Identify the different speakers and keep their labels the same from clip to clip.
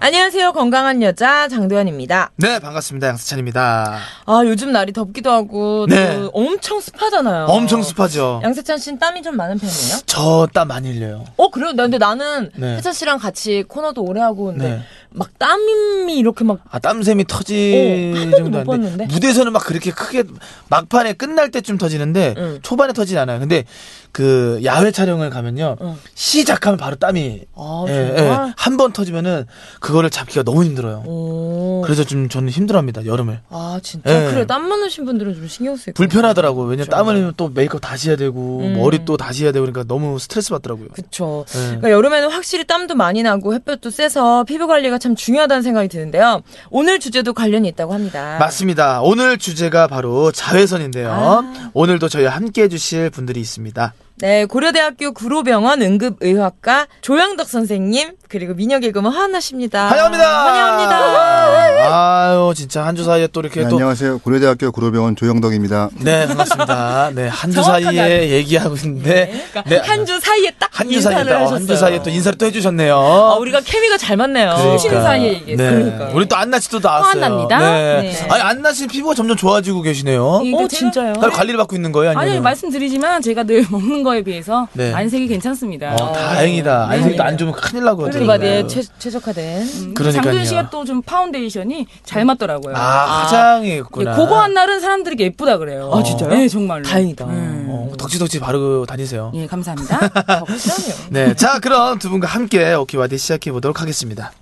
Speaker 1: 안녕하세요 건강한 여자 장도연입니다.
Speaker 2: 네 반갑습니다 양세찬입니다
Speaker 1: 아 요즘 날이 덥기도 하고
Speaker 2: 네.
Speaker 1: 또 엄청 습하잖아요.
Speaker 2: 엄청 습하죠
Speaker 1: 양세찬 씨는 땀이 좀 많은 편이에요?
Speaker 2: 저 땀 많이 흘려요
Speaker 1: 어 그래요? 나- 근데 나는
Speaker 2: 네.
Speaker 1: 세찬 씨랑 같이 코너도 오래 하고 근데
Speaker 2: 네.
Speaker 1: 막 땀이 이렇게 막
Speaker 2: 아 땀샘이 터질
Speaker 1: 어, 한 번도
Speaker 2: 정도
Speaker 1: 못
Speaker 2: 안데
Speaker 1: 봤는데?
Speaker 2: 무대에서는 막 그렇게 크게 막판에 끝날 때쯤 터지는데
Speaker 1: 응.
Speaker 2: 초반에 터지진 않아요 근데 그 야외 촬영을 가면요
Speaker 1: 응.
Speaker 2: 시작하면 바로 땀이 예,
Speaker 1: 아, 정말?
Speaker 2: 한 번 터지면은 그거를 잡기가 너무 힘들어요
Speaker 1: 오.
Speaker 2: 그래서 좀 저는 힘들어합니다 여름을
Speaker 1: 아 진짜
Speaker 2: 예.
Speaker 1: 그래 땀 많으신 분들은 좀 신경 쓰이고
Speaker 2: 불편하더라고. 왜냐
Speaker 1: 그렇죠.
Speaker 2: 면 땀을 흘리면 또 메이크업 다시 해야 되고
Speaker 1: 음.
Speaker 2: 머리 또 다시 해야 되고 그러니까 너무 스트레스 받더라고요.
Speaker 1: 그쵸.
Speaker 2: 예.
Speaker 1: 그러니까 여름에는 확실히 땀도 많이 나고 햇볕도 세서 피부 관리가 참 중요하다는 생각이 드는데요. 오늘 주제도 관련이 있다고 합니다.
Speaker 2: 맞습니다. 오늘 주제가 바로 자외선인데요.
Speaker 1: 아.
Speaker 2: 오늘도 저희와 함께 해주실 분들이 있습니다.
Speaker 1: 네, 고려대학교 구로병원 응급의학과 조영덕 선생님 그리고 미녀개그먼 하은나 씨입니다.
Speaker 2: 환영합니다.
Speaker 1: 환영합니다.
Speaker 2: 아유 진짜 한 주 사이에 또 이렇게
Speaker 3: 네,
Speaker 2: 또
Speaker 3: 안녕하세요. 고려대학교 구로병원 조영덕입니다.
Speaker 2: 네, 반갑습니다. 네, 한 주
Speaker 1: 정확하게 그러니까
Speaker 2: 사이에 얘기하고 있는데 네,
Speaker 1: 한 주 사이에 딱
Speaker 2: 한주 사이에
Speaker 1: 인사를
Speaker 2: 또,
Speaker 1: 하셨어요.
Speaker 2: 한주 사이에 또 인사를 또 해주셨네요.
Speaker 1: 아, 우리가 케미가 잘 맞네요.
Speaker 2: 그러니까. 네.
Speaker 1: 그러니까요.
Speaker 2: 우리 또 안나 씨도 나왔어요.
Speaker 4: 화환납니다.
Speaker 2: 네.
Speaker 1: 네.
Speaker 2: 아니 안나 씨 피부가 점점 좋아지고 계시네요.
Speaker 4: 이-
Speaker 1: 어,
Speaker 4: 근데
Speaker 1: 진짜요?
Speaker 2: 따로 관리를 받고 있는 거예요? 아니면
Speaker 4: 아니 말씀드리지만 제가 늘 먹는 거에 비해서
Speaker 2: 네.
Speaker 4: 안색이 괜찮습니다.
Speaker 2: 어, 다행이다.
Speaker 4: 네.
Speaker 2: 안색도 안 좋으면 큰일 나거든요.
Speaker 1: 그러니까 네, 최, 최적화된.
Speaker 4: 음,
Speaker 2: 그러니까요.
Speaker 4: 장도연 씨가 또 좀 파운데이션이 잘 맞더라고요.
Speaker 2: 아, 화장이 있구나.
Speaker 4: 예, 그거 한 날은 사람들에게 예쁘다 그래요.
Speaker 1: 아, 진짜요?
Speaker 4: 네 정말로.
Speaker 1: 다행이다.
Speaker 2: 어, 덕지덕지 바르고 다니세요.
Speaker 4: 예 감사합니다.
Speaker 1: 걱정이요.
Speaker 2: 네, 자 그럼 두 분과 함께 오키와디 시작해 보도록 하겠습니다.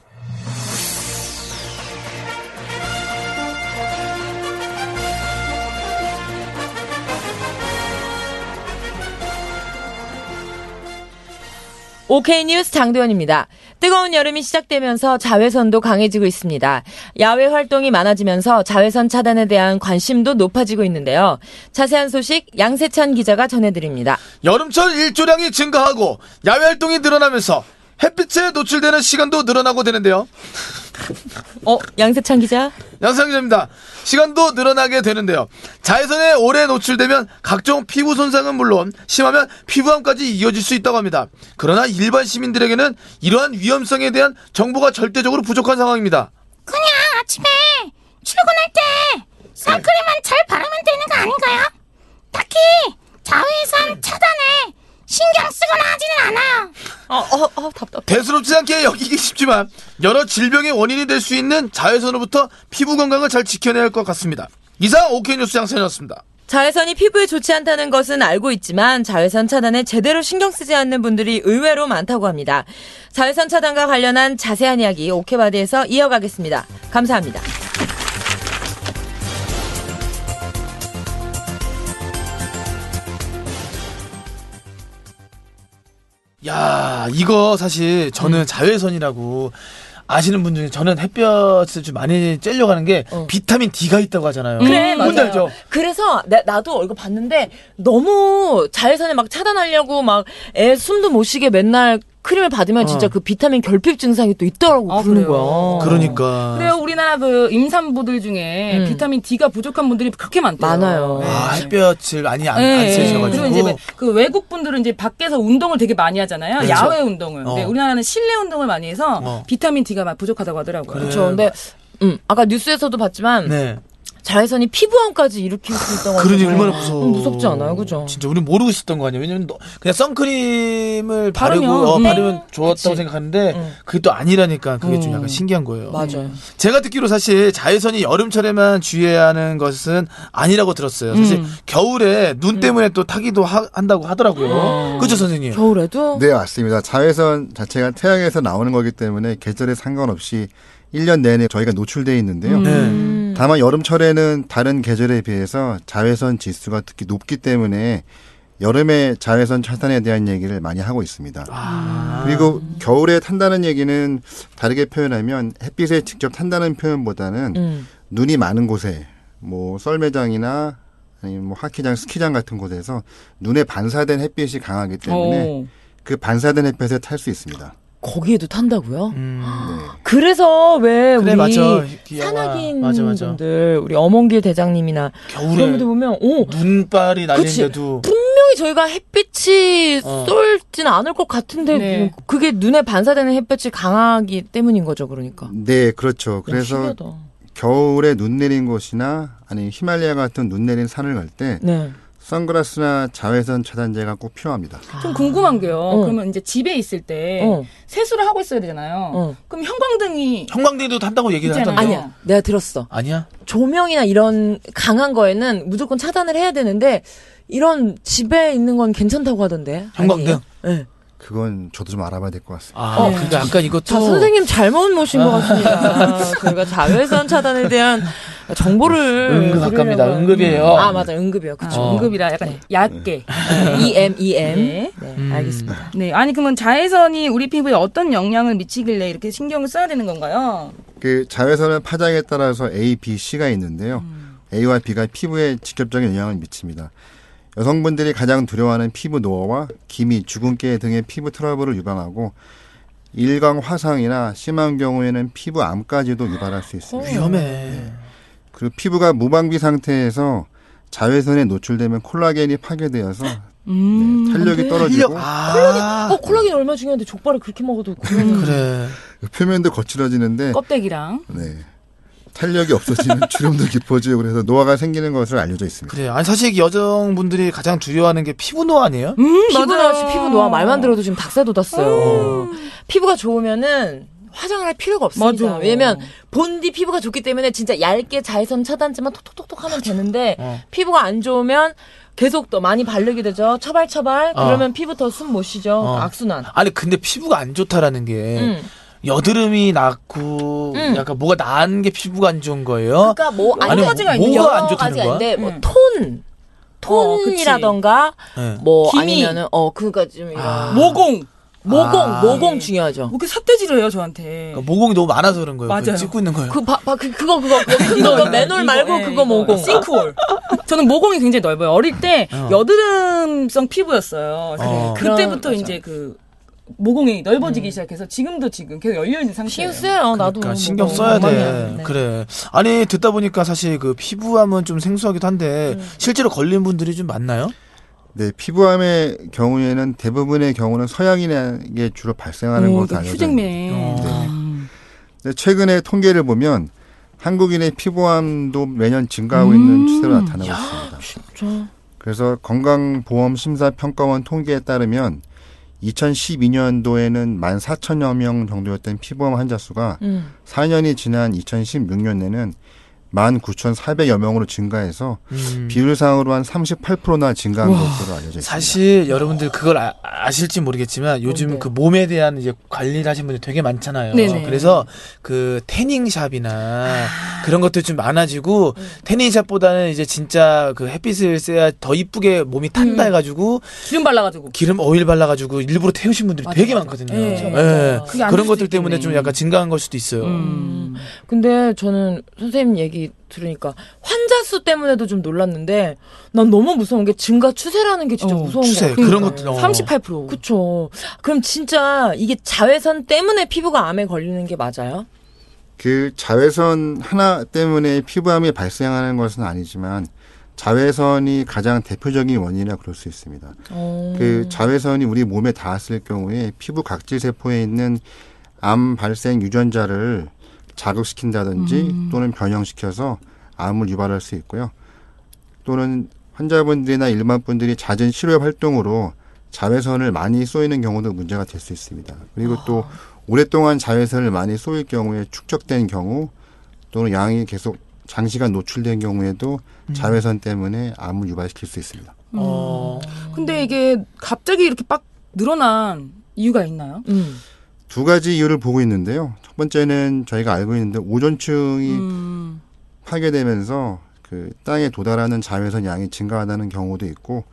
Speaker 1: 오케이 뉴스 장도연입니다. 뜨거운 여름이 시작되면서 자외선도 강해지고 있습니다. 야외 활동이 많아지면서 자외선 차단에 대한 관심도 높아지고 있는데요. 자세한 소식 양세찬 기자가 전해드립니다.
Speaker 2: 여름철 일조량이 증가하고 야외 활동이 늘어나면서 햇빛에 노출되는 시간도 늘어나고 되는데요.
Speaker 1: 어, 양세찬 기자?
Speaker 2: 양상 기자입니다. 시간도 늘어나게 되는데요. 자외선에 오래 노출되면 각종 피부 손상은 물론 심하면 피부암까지 이어질 수 있다고 합니다. 그러나 일반 시민들에게는 이러한 위험성에 대한 정보가 절대적으로 부족한 상황입니다.
Speaker 5: 그냥 아침에 출근할 때 선크림만 잘 바르면 되는 거 아닌가요? 딱히 자외선 차단에 신경 쓰거나 하지는 않아요.
Speaker 1: 어, 어, 어, 답답.
Speaker 2: 대수롭지 않게 여기기 쉽지만 여러 질병의 원인이 될 수 있는 자외선으로부터 피부 건강을 잘 지켜내야 할 것 같습니다. 이상 오케이 뉴스 양산이었습니다.
Speaker 1: 자외선이 피부에 좋지 않다는 것은 알고 있지만 자외선 차단에 제대로 신경 쓰지 않는 분들이 의외로 많다고 합니다. 자외선 차단과 관련한 자세한 이야기 오케바디에서 이어가겠습니다. 감사합니다.
Speaker 2: 야 이거 사실 저는
Speaker 4: 음.
Speaker 2: 자외선이라고 아시는 분 중에 저는 햇볕을 좀 많이 쬐려고 하는 게
Speaker 4: 어.
Speaker 2: 비타민 D가 있다고 하잖아요. 음.
Speaker 1: 그래 맞아요.
Speaker 2: 뭔지 알죠?
Speaker 1: 그래서 나, 도 이거 봤는데 너무 자외선에 막 차단하려고 막 애 숨도 못 쉬게 맨날 크림을 받으면
Speaker 2: 어.
Speaker 1: 진짜 그 비타민 결핍 증상이 또 있더라고
Speaker 4: 아,
Speaker 1: 그러는
Speaker 4: 그래요?
Speaker 1: 거야.
Speaker 2: 그러니까.
Speaker 4: 그래요 우리나라 그 임산부들 중에
Speaker 1: 음.
Speaker 4: 비타민 D가 부족한 분들이 그렇게 많대요.
Speaker 1: 많아요.
Speaker 2: 아 햇볕을 많이 안, 안
Speaker 4: 예,
Speaker 2: 쐬셔가지고.
Speaker 4: 그리고 이제 그 외국 분들은 이제 밖에서 운동을 되게 많이 하잖아요.
Speaker 2: 그렇죠.
Speaker 4: 야외 운동을. 근데
Speaker 2: 어.
Speaker 4: 우리나라는 실내 운동을 많이 해서
Speaker 2: 어.
Speaker 4: 비타민 D가 막 부족하다고 하더라고요.
Speaker 2: 그래.
Speaker 1: 그렇죠. 근데 음, 아까 뉴스에서도 봤지만
Speaker 2: 네.
Speaker 1: 자외선이 피부암까지 일으킬 수 있다고
Speaker 2: 그러니
Speaker 1: 하잖아요.
Speaker 2: 얼마나 무서워.
Speaker 1: 음, 무섭지 않아요, 그죠?
Speaker 2: 진짜 우리 모르고 있었던 거 아니에요. 왜냐면 너- 그냥 선크림을 바르고
Speaker 4: 바르면,
Speaker 2: 어,
Speaker 4: 음.
Speaker 2: 바르면 좋았다고
Speaker 1: 네. 그치.
Speaker 2: 생각하는데
Speaker 1: 음.
Speaker 2: 그게 또 아니라니까 그게 좀 약간 신기한 거예요.
Speaker 1: 맞아요.
Speaker 2: 제가 듣기로 사실 자외선이 여름철에만 주의해야 하는 것은 아니라고 들었어요. 사실
Speaker 1: 음.
Speaker 2: 겨울에 눈 때문에 또 타기도 하- 한다고
Speaker 1: 음.
Speaker 2: 하더라고요. 그죠 선생님?
Speaker 1: 겨울에도
Speaker 3: 네, 맞습니다. 자외선 자체가 태양에서 나오는 거기 때문에 계절에 상관없이 1년 내내 저희가 노출되어 있는데요.
Speaker 2: 네.
Speaker 3: 다만 여름철에는 다른 계절에 비해서 자외선 지수가 특히 높기 때문에 여름에 자외선 차단에 대한 얘기를 많이 하고 있습니다.
Speaker 2: 아,
Speaker 1: 아.
Speaker 3: 그리고 겨울에 탄다는 얘기는 다르게 표현하면 햇빛에 직접 탄다는 표현보다는
Speaker 1: 음.
Speaker 3: 눈이 많은 곳에 뭐 썰매장이나 아니면 뭐 하키장, 스키장 같은 곳에서 눈에 반사된 햇빛이 강하기
Speaker 2: 네.
Speaker 3: 때문에
Speaker 4: 어.
Speaker 3: 그 반사된 햇볕에 탈 수 있습니다.
Speaker 1: 거기에도 탄다고요? 그래서 왜
Speaker 2: 음, 네. 그래,
Speaker 1: 우리
Speaker 2: 맞아. 이 영화.
Speaker 1: 산악인
Speaker 2: 맞아, 맞아.
Speaker 1: 분들 우리 엄원길 대장님이나
Speaker 2: 겨울에
Speaker 1: 그런 분들 보면 오
Speaker 2: 눈발이
Speaker 1: 그치.
Speaker 2: 날리는데도
Speaker 1: 분명히 저희가 햇빛이
Speaker 2: 어.
Speaker 1: 쏠진 않을 것 같은데 뭐
Speaker 4: 네.
Speaker 1: 그게 눈에 반사되는 햇볕이 강하기 때문인 거죠, 그러니까.
Speaker 3: 네, 그렇죠. 그래서
Speaker 1: 신기하다.
Speaker 3: 겨울에 눈 내린 곳이나 아니 히말라야 같은 눈 내린 산을 갈 때
Speaker 1: 네.
Speaker 3: 선글라스나 자외선 차단제가 꼭 필요합니다.
Speaker 4: 좀 궁금한 게요.
Speaker 1: 어.
Speaker 4: 그러면 이제 집에 있을 때
Speaker 1: 어.
Speaker 4: 세수를 하고 있어야 되잖아요.
Speaker 1: 어.
Speaker 4: 그럼 형광등이
Speaker 2: 형광등도 탄다고 얘기를
Speaker 4: 있잖아요.
Speaker 2: 하던데.
Speaker 1: 아니야. 내가 들었어.
Speaker 2: 아니야?
Speaker 1: 조명이나 이런 강한 거에는 무조건 차단을 해야 되는데 이런 집에 있는 건 괜찮다고 하던데.
Speaker 2: 형광등?
Speaker 1: 아니에요? 네.
Speaker 3: 그건 저도 좀 알아봐야 될 것 같습니다.
Speaker 2: 아, 근데 아까 이것도
Speaker 1: 어. 자, 선생님 잘못 모신 것 같습니다. 저희가 자외선 차단에 대한 정보를
Speaker 2: 은근 아깝니다.
Speaker 1: 드리려고-
Speaker 2: 응급이에요.
Speaker 1: 아, 맞아. 응급이요. 그쵸. E
Speaker 2: 어.
Speaker 4: 응급이라 약간 얕게.
Speaker 1: EM, EM.
Speaker 4: 네.
Speaker 1: 네, 알겠습니다.
Speaker 4: 네. 아니 그러면 자외선이 우리 피부에 어떤 영향을 미치길래 이렇게 신경을 써야 되는 건가요?
Speaker 3: 그 자외선은 파장에 따라서 A, B, C가 있는데요.
Speaker 2: 음.
Speaker 3: A와 B가 피부에 직접적인 영향을 미칩니다. 여성분들이 가장 두려워하는 피부 노화와 기미, 주근깨 등의 피부 트러블을 유발하고 일광 화상이나 심한 경우에는 피부 암까지도 유발할 수
Speaker 2: 어.
Speaker 3: 있습니다.
Speaker 1: 네.
Speaker 2: 위험해.
Speaker 3: 그리고 피부가 무방비 상태에서 자외선에 노출되면 콜라겐이 파괴되어서 네, 탄력이 떨어지고
Speaker 2: 음. 탄력. 아,
Speaker 1: 어, 콜라겐 얼마나 중요한데 족발을 그렇게 먹어도 콜라겐
Speaker 2: 음. 그래.
Speaker 3: 표면도 거칠어지는데
Speaker 4: 껍데기랑.
Speaker 3: 네, 탄력이 없어지는 주름도 깊어지고 그래서 노화가 생기는 것으로 알려져 있습니다.
Speaker 2: 그래. 아니, 사실 이 여성분들이 가장 두려워하는 게 피부노 아니에요?
Speaker 1: 피부
Speaker 4: 맞아요.
Speaker 1: 노화 씨 피부 노화 말만 들어도 지금 닭새 돋았어요. 피부가 좋으면은 화장을 할 필요가 없습니다.
Speaker 4: 맞아.
Speaker 1: 왜냐면 본디 피부가 좋기 때문에 진짜 얇게 자외선 차단제만 톡톡톡톡 하면 되는데
Speaker 2: 어.
Speaker 1: 피부가 안 좋으면 계속 더 많이 바르게 되죠. 처발처발
Speaker 2: 어.
Speaker 1: 그러면 피부 더 숨 못 쉬죠.
Speaker 2: 어.
Speaker 1: 악순환.
Speaker 2: 아니, 근데 피부가 안 좋다라는 게.
Speaker 1: 음.
Speaker 2: 여드름이 났고
Speaker 1: 음.
Speaker 2: 약간 뭐가 난 게 피부가 안 좋은 거예요.
Speaker 1: 그러니까 뭐
Speaker 2: 아니,
Speaker 1: 아니
Speaker 2: 뭐가 안 좋다는 거야?
Speaker 1: 있는데
Speaker 4: 음.
Speaker 1: 뭐톤
Speaker 4: 어, 그치.
Speaker 1: 톤이라던가
Speaker 2: 네.
Speaker 1: 뭐
Speaker 4: 기미.
Speaker 1: 아니면은 어 그니까 좀 이런
Speaker 2: 아.
Speaker 4: 모공.
Speaker 1: 모공
Speaker 2: 아.
Speaker 1: 모공 중요하죠.
Speaker 4: 뭐 이렇게 삿대질을 해요 저한테.
Speaker 2: 그러니까 모공이 너무 많아서 그런 거예요.
Speaker 4: 맞아요.
Speaker 2: 그걸 찍고 있는 거예요.
Speaker 1: 그, 바, 바, 그, 그거, 그거, 그거, 큰 거, 그거,
Speaker 4: 예,
Speaker 1: 네, 맨홀 말고 그거 모공.
Speaker 4: 싱크홀. 저는 모공이 굉장히 넓어요. 어릴 때
Speaker 2: 어.
Speaker 4: 여드름성 피부였어요.
Speaker 2: 그래.
Speaker 4: 그- 그때부터 이제 그 모공이
Speaker 1: 음.
Speaker 4: 넓어지기 시작해서 지금도 지금 계속 열려 있는
Speaker 1: 신경
Speaker 4: 상태예요.
Speaker 1: 쓰여요, 나도. 뭐
Speaker 2: 그러니까 신경
Speaker 1: 모공.
Speaker 2: 써야 돼.
Speaker 1: 엉망이야. 네.
Speaker 2: 그래. 아니 듣다 보니까 사실 그 피부암은 좀 생소하기도 한데
Speaker 1: 음.
Speaker 2: 실제로 걸린 분들이 좀 많나요?
Speaker 3: 네, 피부암의 경우에는 대부분의 경우는 서양인에게 주로 발생하는
Speaker 4: 오,
Speaker 3: 것으로
Speaker 4: 그러니까
Speaker 3: 알려져 있습니다. 어.
Speaker 4: 휴잭맨.
Speaker 3: 근데 최근에 통계를 보면 한국인의 피부암도 매년 증가하고 있는 추세로 나타나고 있습니다. 그래서 건강보험심사평가원 통계에 따르면 2012년도에는 14,000여 명 정도였던 피부암 환자 수가
Speaker 1: 음.
Speaker 3: 4년이 지난 2016년에는 19,400여 명으로 증가해서
Speaker 2: 음.
Speaker 3: 비율상으로 한 38%나 증가한 것으로 알려져 있습니다.
Speaker 2: 사실 여러분들 그걸 아, 실지 모르겠지만 요즘
Speaker 1: 뭔데요?
Speaker 2: 그 몸에 대한 이제 관리를 하신 분들 되게 많잖아요.
Speaker 4: 네. 네네.
Speaker 2: 그래서 그 태닝샵이나
Speaker 4: 아.
Speaker 2: 그런 것도 좀 많아지고
Speaker 4: 음.
Speaker 2: 태닝샵보다는 이제 진짜 그 햇빛을 쐬야 더 이쁘게 몸이 탄다
Speaker 4: 음.
Speaker 2: 해가지고
Speaker 4: 기름 발라가지고.
Speaker 2: 기름 오일 발라가지고 일부러 태우신 분들이
Speaker 4: 맞아,
Speaker 2: 되게
Speaker 4: 맞아.
Speaker 2: 많거든요.
Speaker 4: 예,
Speaker 2: 예.
Speaker 1: 맞아요.
Speaker 4: 그게 안
Speaker 2: 그런
Speaker 4: 될 수도
Speaker 2: 것들 때문에
Speaker 4: 있겠네.
Speaker 2: 좀 약간 증가한 걸 수도 있어요.
Speaker 4: 음.
Speaker 1: 근데 저는 선생님 얘기 들으니까 환자 수 때문에도 좀 놀랐는데 난 너무 무서운 게 증가 추세라는 게 진짜
Speaker 4: 어,
Speaker 1: 무서운
Speaker 2: 추세
Speaker 1: 거 같아요.
Speaker 2: 그런 것들 어.
Speaker 4: 38%.
Speaker 1: 그쵸. 그럼 진짜 이게 자외선 때문에 피부가 암에 걸리는 게 맞아요?
Speaker 3: 그 자외선 하나 때문에 피부암이 발생하는 것은 아니지만 자외선이 가장 대표적인 원인이라 그럴 수 있습니다.
Speaker 1: 어.
Speaker 3: 그 자외선이 우리 몸에 닿았을 경우에 피부 각질 세포에 있는 암 발생 유전자를 자극시킨다든지 또는 변형시켜서 암을 유발할 수 있고요. 또는 환자분들이나 일반 분들이 잦은 실외 활동으로 자외선을 많이 쏘이는 경우도 문제가 될 수 있습니다. 그리고 또 오랫동안 자외선을 많이 쏘일 경우에 축적된 경우 또는 양이 계속 장시간 노출된 경우에도 자외선 때문에 암을 유발시킬 수 있습니다.
Speaker 4: 음.
Speaker 2: 어.
Speaker 1: 음.
Speaker 4: 근데 이게 갑자기 이렇게 빡 늘어난 이유가 있나요?
Speaker 1: 음.
Speaker 3: 두 가지 이유를 보고 있는데요. 첫 번째는 저희가 알고 있는데 오존층이 파괴되면서 그 땅에 도달하는 자외선 양이 증가하다는 경우도 있고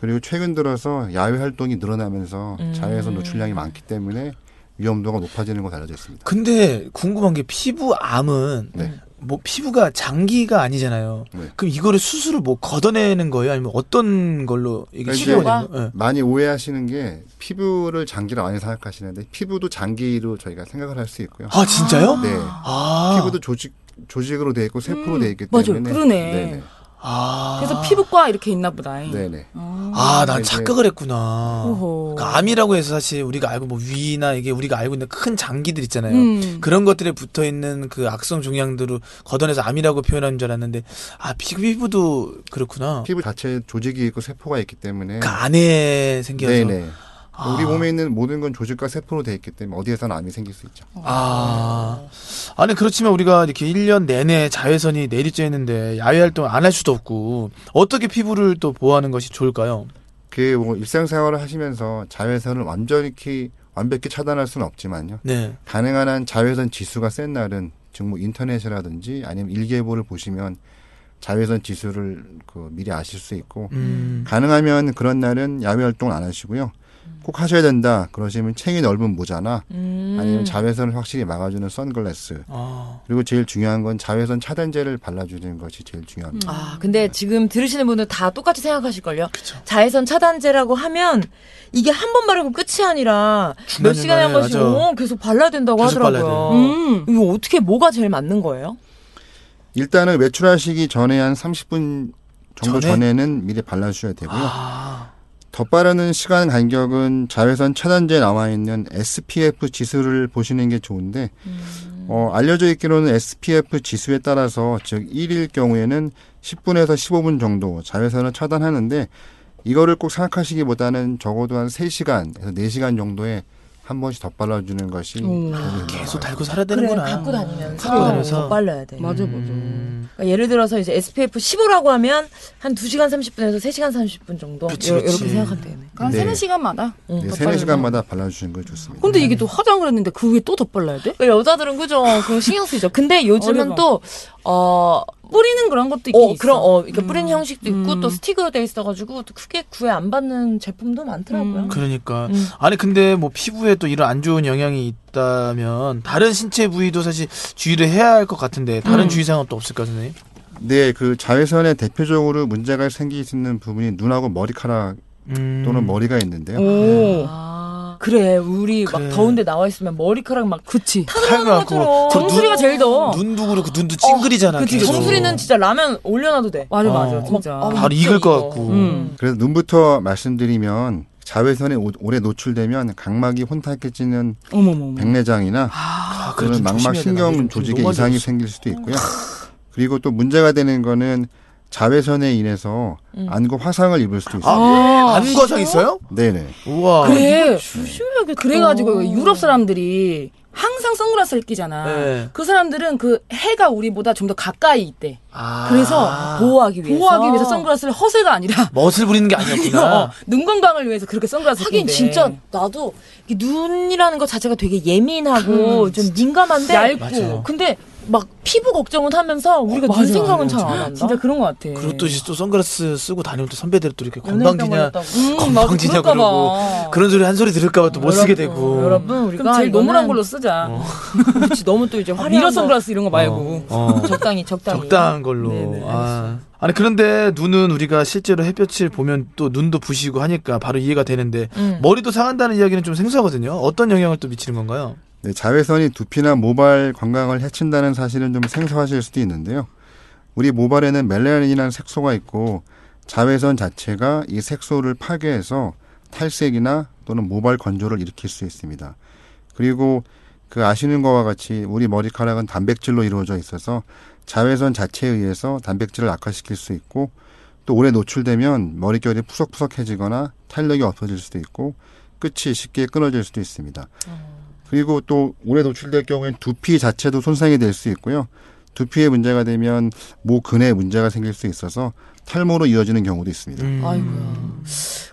Speaker 3: 그리고 최근 들어서 야외 활동이 늘어나면서 자외선 노출량이 많기 때문에 위험도가 높아지는 것으로 알려져 있습니다.
Speaker 2: 근데 궁금한 게 피부암은
Speaker 3: 네.
Speaker 2: 뭐 피부가 장기가 아니잖아요.
Speaker 3: 네.
Speaker 2: 그럼 이거를 수술을 뭐 걷어내는 거예요? 아니면 어떤 걸로 이게
Speaker 3: 그러니까
Speaker 2: 치료가
Speaker 4: 이제
Speaker 2: 되는 거예요? 예.
Speaker 3: 많이 오해하시는 게 피부를 장기로 많이 생각하시는데 피부도 장기로 저희가 생각을 할 수 있고요.
Speaker 2: 아 진짜요?
Speaker 3: 네.
Speaker 2: 아
Speaker 3: 피부도 조직 조직으로 돼 있고 세포로 돼 있기
Speaker 4: 맞아요.
Speaker 3: 때문에
Speaker 4: 그러네.
Speaker 3: 네네.
Speaker 2: 아
Speaker 4: 그래서 피부과 이렇게 있나 보다.
Speaker 3: 네네.
Speaker 2: 아난
Speaker 3: 이제-
Speaker 2: 착각을 했구나.
Speaker 4: 오호.
Speaker 2: 그러니까 암이라고 해서 사실 우리가 알고 뭐 위나 이게 우리가 알고 있는 큰 장기들 있잖아요.
Speaker 4: 음.
Speaker 2: 그런 것들에 붙어 있는 그 악성 종양들을 걷어내서 암이라고 표현하는 줄 알았는데 아 피- 피부도 그렇구나.
Speaker 3: 피부 자체에 조직이 있고 세포가 있기 때문에
Speaker 2: 그 안에 생겨서
Speaker 3: 네네.
Speaker 2: 아.
Speaker 3: 우리 몸에 있는 모든 건 조직과 세포로 돼 있기 때문에 어디에서나 암이 생길 수 있죠.
Speaker 2: 아. 아니, 그렇지만 우리가 이렇게 1년 내내 자외선이 내리쬐 있는데 야외 활동 안 할 수도 없고 어떻게 피부를 또 보호하는 것이 좋을까요?
Speaker 3: 그뭐 일상생활을 하시면서 자외선을 완전히 완벽히 차단할 수는 없지만요.
Speaker 2: 네.
Speaker 3: 가능한 한 자외선 지수가 센 날은 즉 뭐 인터넷이라든지 아니면 일기예보를 보시면 자외선 지수를 그 미리 아실 수 있고
Speaker 2: 음.
Speaker 3: 가능하면 그런 날은 야외 활동 안 하시고요. 꼭 하셔야 된다. 그러시면 챙이 넓은 모자나 아니면 자외선을 확실히 막아주는 선글라스
Speaker 2: 아.
Speaker 3: 그리고 제일 중요한 건 자외선 차단제를 발라주는 것이 제일 중요합니다.
Speaker 1: 아, 근데 지금 들으시는 분은 다 똑같이 생각하실걸요? 자외선 차단제라고 하면 이게 한 번 바르고 끝이 아니라 몇
Speaker 2: 중간중간에
Speaker 1: 시간에 한 번씩
Speaker 2: 맞아.
Speaker 1: 어, 계속 발라야 된다고
Speaker 2: 계속
Speaker 1: 하더라고요.
Speaker 2: 발라야
Speaker 4: 음.
Speaker 1: 이거 어떻게 뭐가 제일 맞는 거예요?
Speaker 3: 일단은 외출하시기 전에 한 30분 정도
Speaker 2: 전에?
Speaker 3: 전에? 는 미리 발라주셔야 되고요.
Speaker 2: 아.
Speaker 3: 덧바르는 시간 간격은 자외선 차단제에 나와 있는 SPF 지수를 보시는 게 좋은데
Speaker 2: 음.
Speaker 3: 어, 알려져 있기로는 SPF 지수에 따라서 즉 1일 경우에는 10분에서 15분 정도 자외선을 차단하는데 이거를 꼭 생각하시기보다는 적어도 한 3시간에서 4시간 정도에 한 번씩 덧발라주는 것이 좋은
Speaker 2: 음. 계속
Speaker 3: 방법.
Speaker 2: 달고 살아야
Speaker 1: 그래,
Speaker 2: 되는구나.
Speaker 1: 갖고 다니면서
Speaker 2: 갖고 다니면서. 음.
Speaker 1: 더 빨라야 돼.
Speaker 4: 맞아, 맞아.
Speaker 1: 그러니까 예를 들어서 이제 SPF 15라고 하면 한 2시간 30분에서 3시간 30분 정도
Speaker 2: 그치,
Speaker 1: 요-
Speaker 2: 그치.
Speaker 1: 이렇게 생각하면 되네.
Speaker 4: 한
Speaker 3: 네.
Speaker 4: 3,
Speaker 2: 음,
Speaker 4: 4시간마다.
Speaker 3: 네, 3, 4시간마다 발라주시는 게 좋습니다.
Speaker 4: 근데 이게 또 화장을 했는데 그 위에 또 덧발라야 돼?
Speaker 1: 그 여자들은 그죠. 그거 신경 쓰이죠. 근데 요즘은
Speaker 4: 어려워.
Speaker 1: 또, 어,
Speaker 4: 뿌리는 그런 것도 있긴
Speaker 1: 어,
Speaker 4: 있어.
Speaker 1: 그런, 어, 그러니까 뿌리는 형식도 있고
Speaker 4: 음.
Speaker 1: 또 스틱으로 돼 있어가지고 또 크게 구애 안 받는 제품도 많더라고요.
Speaker 4: 음.
Speaker 2: 그러니까 아니 근데 뭐 피부에 또 이런 안 좋은 영향이 있다면 다른 신체 부위도 사실 주의를 해야 할 것 같은데
Speaker 1: 음.
Speaker 2: 다른 주의사항은 또 없을까 요 선생님?
Speaker 3: 네, 그 자외선에 대표적으로 문제가 생길 수 있는 부분이 눈하고 머리카락
Speaker 2: 음.
Speaker 3: 또는 머리가 있는데요.
Speaker 1: 오.
Speaker 4: 아.
Speaker 1: 아, 그래, 우리
Speaker 2: 그래.
Speaker 1: 막 더운데 나와 있으면 머리카락 막
Speaker 4: 그치.
Speaker 2: 탈모
Speaker 1: 타들어가는
Speaker 2: 같고
Speaker 1: 것처럼.
Speaker 2: 그 눈-
Speaker 1: 정수리가 제일 더워.
Speaker 2: 눈도 그렇고 눈도 찡그리잖아.
Speaker 1: 그치,
Speaker 2: 계속.
Speaker 1: 정수리는 진짜 라면 올려놔도 돼.
Speaker 4: 맞아,
Speaker 2: 어.
Speaker 4: 맞아, 진짜.
Speaker 1: 어,
Speaker 2: 바로
Speaker 1: 진짜
Speaker 2: 익을 것
Speaker 1: 이거.
Speaker 2: 같고.
Speaker 4: 음.
Speaker 3: 그래서 눈부터 말씀드리면 자외선에 오- 오래 노출되면 각막이 혼탁해지는
Speaker 4: 어머머머.
Speaker 3: 백내장이나
Speaker 2: 아, 그래,
Speaker 3: 또는
Speaker 2: 좀 조심해야
Speaker 3: 망막
Speaker 2: 되나?
Speaker 3: 신경
Speaker 2: 요즘
Speaker 3: 조직에
Speaker 2: 너무 안
Speaker 3: 이상이
Speaker 2: 좋았어.
Speaker 3: 생길 수도 있고요. 그리고 또 문제가 되는 거는 자외선에 인해서 안구 화상을 입을 수도 있어요.
Speaker 2: 음. 아, 안 거상 있어요?
Speaker 3: 네네.
Speaker 2: 우와.
Speaker 4: 그래.
Speaker 1: 조심해야겠다.
Speaker 4: 그래가지고 유럽 사람들이 항상 선글라스를 끼잖아.
Speaker 2: 네.
Speaker 4: 그 사람들은 그 해가 우리보다 좀 더 가까이 있대.
Speaker 2: 아.
Speaker 4: 그래서
Speaker 1: 보호하기 위해서.
Speaker 4: 보호하기 위해서 선글라스를 허세가 아니라
Speaker 2: 멋을 부리는 게 아니었구나.
Speaker 4: 어, 눈 건강을 위해서 그렇게 선글라스
Speaker 1: 하긴
Speaker 4: 낀대. 음,
Speaker 1: 진짜 나도 이게 눈이라는 것 자체가 되게 예민하고 좀 민감한데
Speaker 4: 음. 얇고
Speaker 2: 맞아.
Speaker 1: 근데 막 피부 걱정은 하면서 우리가 눈
Speaker 4: 어, 맞아.
Speaker 1: 생각은 잘 안 한다.
Speaker 4: 진짜 그런 것 같아.
Speaker 2: 그리고 또 이제 또 선글라스 쓰고 다니면 또 선배들 또 이렇게
Speaker 1: 연예인병
Speaker 2: 건방지냐,
Speaker 1: 걸렸다고.
Speaker 4: 음,
Speaker 2: 건방지냐
Speaker 4: 나도
Speaker 2: 그러고
Speaker 4: 그럴까봐.
Speaker 2: 그런 소리 한 소리 들을까봐 또 못 쓰게 되고.
Speaker 1: 여러분 우리가
Speaker 4: 그럼 제일 노멀한
Speaker 1: 이거는
Speaker 4: 걸로 쓰자.
Speaker 1: 그치, 너무 또 이제 화려한
Speaker 4: 미러
Speaker 1: 거-
Speaker 4: 선글라스 이런 거 말고.
Speaker 2: 어.
Speaker 1: 적당히 네, 적당히
Speaker 2: 적당한 걸로. 아. 아니 그런데 눈은 우리가 실제로 햇볕을 보면 또 눈도 부시고 하니까 바로 이해가 되는데
Speaker 1: 음.
Speaker 2: 머리도 상한다는 이야기는 좀 생소하거든요. 어떤 영향을 또 미치는 건가요?
Speaker 3: 네, 자외선이 두피나 모발 건강을 해친다는 사실은 좀 생소하실 수도 있는데요. 우리 모발에는 멜라닌이라는 색소가 있고 자외선 자체가 이 색소를 파괴해서 탈색이나 또는 모발 건조를 일으킬 수 있습니다. 그리고 그 아시는 것과 같이 우리 머리카락은 단백질로 이루어져 있어서 자외선 자체에 의해서 단백질을 악화시킬 수 있고 또 오래 노출되면 머릿결이 푸석푸석해지거나 탄력이 없어질 수도 있고 끝이 쉽게 끊어질 수도 있습니다. 그리고 또 오래 노출될 경우엔 두피 자체도 손상이 될 수 있고요. 두피에 문제가 되면 모근에 문제가 생길 수 있어서 탈모로 이어지는 경우도 있습니다.
Speaker 6: 음.
Speaker 1: 아이고야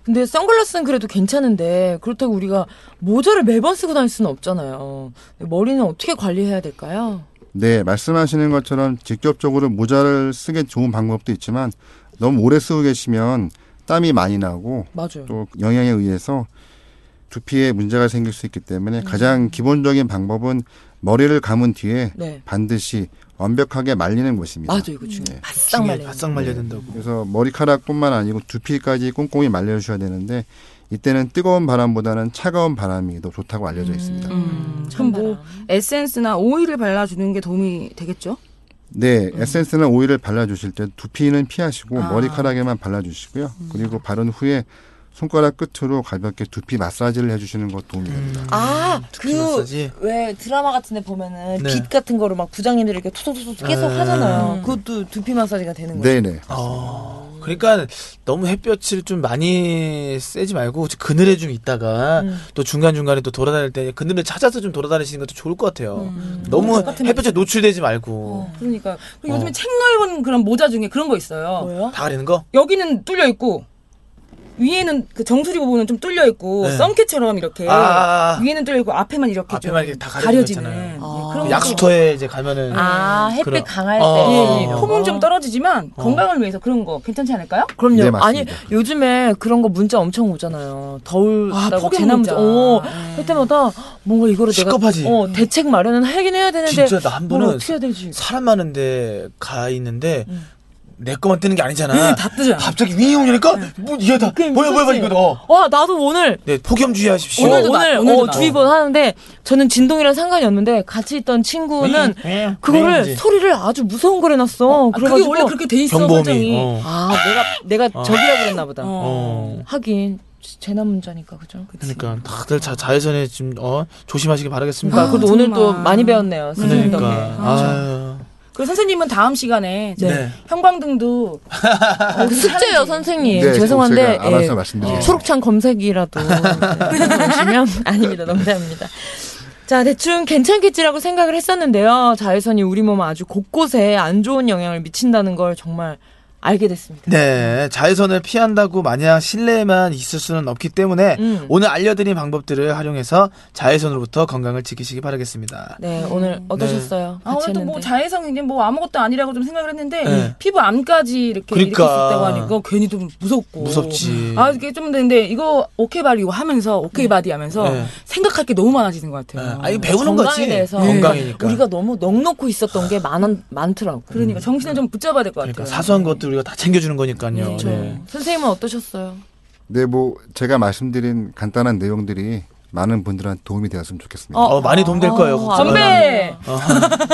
Speaker 1: 근데 선글라스는 그래도 괜찮은데 그렇다고 우리가 모자를 매번 쓰고 다닐 수는 없잖아요 머리는 어떻게 관리해야 될까요?
Speaker 3: 네, 말씀하시는 것처럼 직접적으로 모자를 쓰기 좋은 방법도 있지만 너무 오래 쓰고 계시면 땀이 많이 나고
Speaker 6: 맞아요.
Speaker 3: 또 영향에 의해서 두피에 문제가 생길 수 있기
Speaker 6: 음.
Speaker 3: 때문에 가장 기본적인 방법은 머리를 감은 뒤에
Speaker 6: 네.
Speaker 3: 반드시 완벽하게 말리는 것입니다.
Speaker 6: 맞아요. 이거 중요해.
Speaker 3: 네.
Speaker 1: 바싹 말려.
Speaker 2: 바싹 말려야 된다고.
Speaker 3: 그래서 머리카락뿐만 아니고 두피까지 꼼꼼히 말려주셔야 되는데 이때는 뜨거운 바람보다는 차가운 바람이 더 좋다고 알려져 있습니다.
Speaker 1: 음,
Speaker 4: 그럼 뭐 에센스나 오일을 발라주는 게 도움이 되겠죠?
Speaker 3: 네, 에센스나 오일을 발라주실 때 두피는 피하시고 머리카락에만 발라주시고요. 그리고 바른 후에 손가락 끝으로 가볍게 두피 마사지를 해주시는 것도 도움이 됩니다.
Speaker 1: 아,
Speaker 2: 두피 마사지?
Speaker 1: 그, 왜 드라마 같은 데 보면은
Speaker 2: 네.
Speaker 1: 빛 같은 거로 막 부장님들이 이렇게 톡톡톡 계속 하잖아요.
Speaker 4: 음.
Speaker 1: 그것도 두피 마사지가 되는 거예요.
Speaker 3: 네네.
Speaker 2: 어, 그러니까 너무 햇볕을 좀 많이 쐬지 말고 그늘에 좀 있다가 또 중간 중간에 또 돌아다닐 때 그늘을 찾아서 좀 돌아다니시는 것도 좋을 것 같아요. 너무 햇볕에 노출되지 말고
Speaker 4: 그러니까 그리고
Speaker 2: 어.
Speaker 4: 요즘에 책 넓은 그런 모자 중에 그런 거 있어요.
Speaker 1: 뭐요?
Speaker 2: 다 가리는 거.
Speaker 4: 여기는 뚫려 있고 위에는 그 정수리 부분은 좀 뚫려 있고
Speaker 2: 네.
Speaker 4: 썬캐처럼 이렇게
Speaker 2: 아, 아, 아.
Speaker 4: 위에는 뚫려 있고 앞에만 이렇게 좀
Speaker 2: 앞에만 이렇게 다 가려진
Speaker 4: 가려지는
Speaker 2: 거 있잖아요.
Speaker 4: 네,
Speaker 1: 아.
Speaker 4: 그런 거.
Speaker 2: 약수터에 이제 가면은
Speaker 1: 아, 햇빛
Speaker 2: 그런-
Speaker 1: 강할 때.
Speaker 2: 어,
Speaker 4: 예, 예.
Speaker 2: 어.
Speaker 4: 폼은 좀 떨어지지만 건강을 위해서 그런 거 괜찮지 않을까요?
Speaker 1: 그럼요.
Speaker 3: 네,
Speaker 1: 아니
Speaker 3: 맞습니다.
Speaker 1: 요즘에 그런 거 문자 엄청 오잖아요.
Speaker 4: 아,
Speaker 1: 더울다고
Speaker 4: 폭염
Speaker 1: 재난 문자.
Speaker 4: 문자.
Speaker 1: 어,
Speaker 4: 네.
Speaker 1: 할 때마다 뭔가 이거를 내가
Speaker 2: 식겁하지.
Speaker 1: 어, 대책 마련은 하긴 해야 되는데
Speaker 2: 진짜 나한
Speaker 1: 뭘
Speaker 2: 번은
Speaker 1: 어떻게 해야 되지?
Speaker 2: 사람 많은데 가 있는데 내 거만 뜨는 게 아니잖아.
Speaker 4: 다 뜨잖아.
Speaker 2: 갑자기 윙이 오니까 뭐 이게 다
Speaker 1: 그게
Speaker 2: 뭐야 뭐야 뭐야,
Speaker 1: 미쳤지.
Speaker 2: 이거 너.
Speaker 1: 와 어, 나도 오늘
Speaker 2: 네 폭염 주의하십시오.
Speaker 1: 오늘
Speaker 4: 오늘도 나-
Speaker 1: 오늘
Speaker 4: 오늘도
Speaker 1: 어,
Speaker 4: 나.
Speaker 1: 주의보 하는데 저는 진동이랑 상관이 없는데 같이 있던 친구는
Speaker 2: 윙, 윙,
Speaker 1: 그거를
Speaker 2: 윙이지.
Speaker 1: 소리를 아주 무서운 걸 해놨어.
Speaker 4: 아, 그게
Speaker 1: 그래가지고
Speaker 4: 원래 그렇게 돼 있어
Speaker 2: 경보음이.
Speaker 4: 설정이.
Speaker 2: 어.
Speaker 1: 아 내가 내가 적이라 그랬나 보다.
Speaker 4: 아.
Speaker 2: 어.
Speaker 1: 하긴 재난 문자니까 그죠.
Speaker 2: 그러니까 다들 자, 자외선에 지금 어, 조심하시길 바라겠습니다.
Speaker 1: 아, 그래도
Speaker 4: 정말.
Speaker 1: 오늘 또 많이 배웠네요. 선생님
Speaker 2: 그러니까
Speaker 1: 덕에.
Speaker 2: 아유.
Speaker 4: 그리고 선생님은 다음 시간에
Speaker 2: 네.
Speaker 4: 형광등도
Speaker 1: 어, 숙제요 선생님
Speaker 3: 네,
Speaker 1: 죄송한데 예. 어,
Speaker 3: 제가 알아서 말씀드릴게요.
Speaker 1: 초록창 검색이라도 보시면 아닙니다 농담입니다. 자 대충 괜찮겠지라고 생각을 했었는데요 자외선이 우리 몸 아주 곳곳에 안 좋은 영향을 미친다는 걸 정말 알게 됐습니다.
Speaker 2: 네, 자외선을 피한다고 마냥 실내에만 있을 수는 없기 때문에
Speaker 1: 음.
Speaker 2: 오늘 알려드린 방법들을 활용해서 자외선으로부터 건강을 지키시기 바라겠습니다.
Speaker 1: 네 오늘 어떠셨어요?
Speaker 4: 아,
Speaker 1: 같이
Speaker 4: 오늘 또뭐
Speaker 1: 했는데.
Speaker 4: 자외선 굉장히 뭐 아무것도 아니라고 좀 생각을 했는데
Speaker 2: 네.
Speaker 4: 피부암까지 이렇게
Speaker 2: 그러니까.
Speaker 4: 일으킬 수 있다고 하니까 괜히 좀 무섭고
Speaker 2: 무섭지.
Speaker 4: 아 이게 좀 되는데 이거 오케이 바디 이거 하면서 오케이 바디 하면서
Speaker 2: 예. 네.
Speaker 4: 생각할 게 너무 많아지는 것
Speaker 2: 네.
Speaker 4: 같아요.
Speaker 2: 아, 이거 배우는
Speaker 1: 건강에
Speaker 2: 거지.
Speaker 1: 대해서
Speaker 2: 건강이니까.
Speaker 1: 우리가 너무 넉넉고 있었던 게 많, 많더라고.
Speaker 4: 그러니까 정신을 좀 붙잡아야 될 것
Speaker 2: 그러니까
Speaker 4: 같아요.
Speaker 2: 사소한 것들 우리가 다 챙겨주는 거니까요.
Speaker 1: 네. 그렇죠.
Speaker 2: 네.
Speaker 1: 선생님은 어떠셨어요?
Speaker 3: 네, 뭐 제가 말씀드린 간단한 내용들이 많은 분들한테 도움이 되었으면 좋겠습니다.
Speaker 2: 어, 많이 도움될 거예요. 네,
Speaker 1: 어,
Speaker 2: 걱정 안 하-
Speaker 4: 선배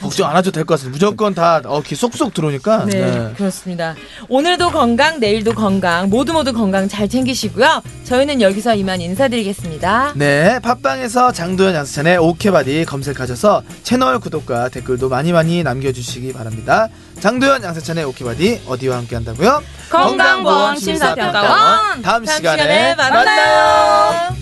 Speaker 2: 걱정 안 하셔도 될 것 같습니다. 무조건 다 어, 귀 쏙쏙 들어오니까.
Speaker 1: 네,
Speaker 2: 네.
Speaker 1: 그렇습니다. 오늘도 건강, 내일도 건강, 모두 모두 건강 잘 챙기시고요. 저희는 여기서 이만 인사드리겠습니다.
Speaker 2: 네, 팟빵에서 장도연 양수찬의 오케바디 검색하셔서 채널 구독과 댓글도 많이 많이 남겨주시기 바랍니다. 장도연 양세찬의 오케바디 어디와 함께 한다고요?
Speaker 1: 건강보험
Speaker 2: 다음
Speaker 1: 심사평가원 다음
Speaker 2: 시간에
Speaker 1: 시간에
Speaker 2: 만나요.
Speaker 1: 만나요.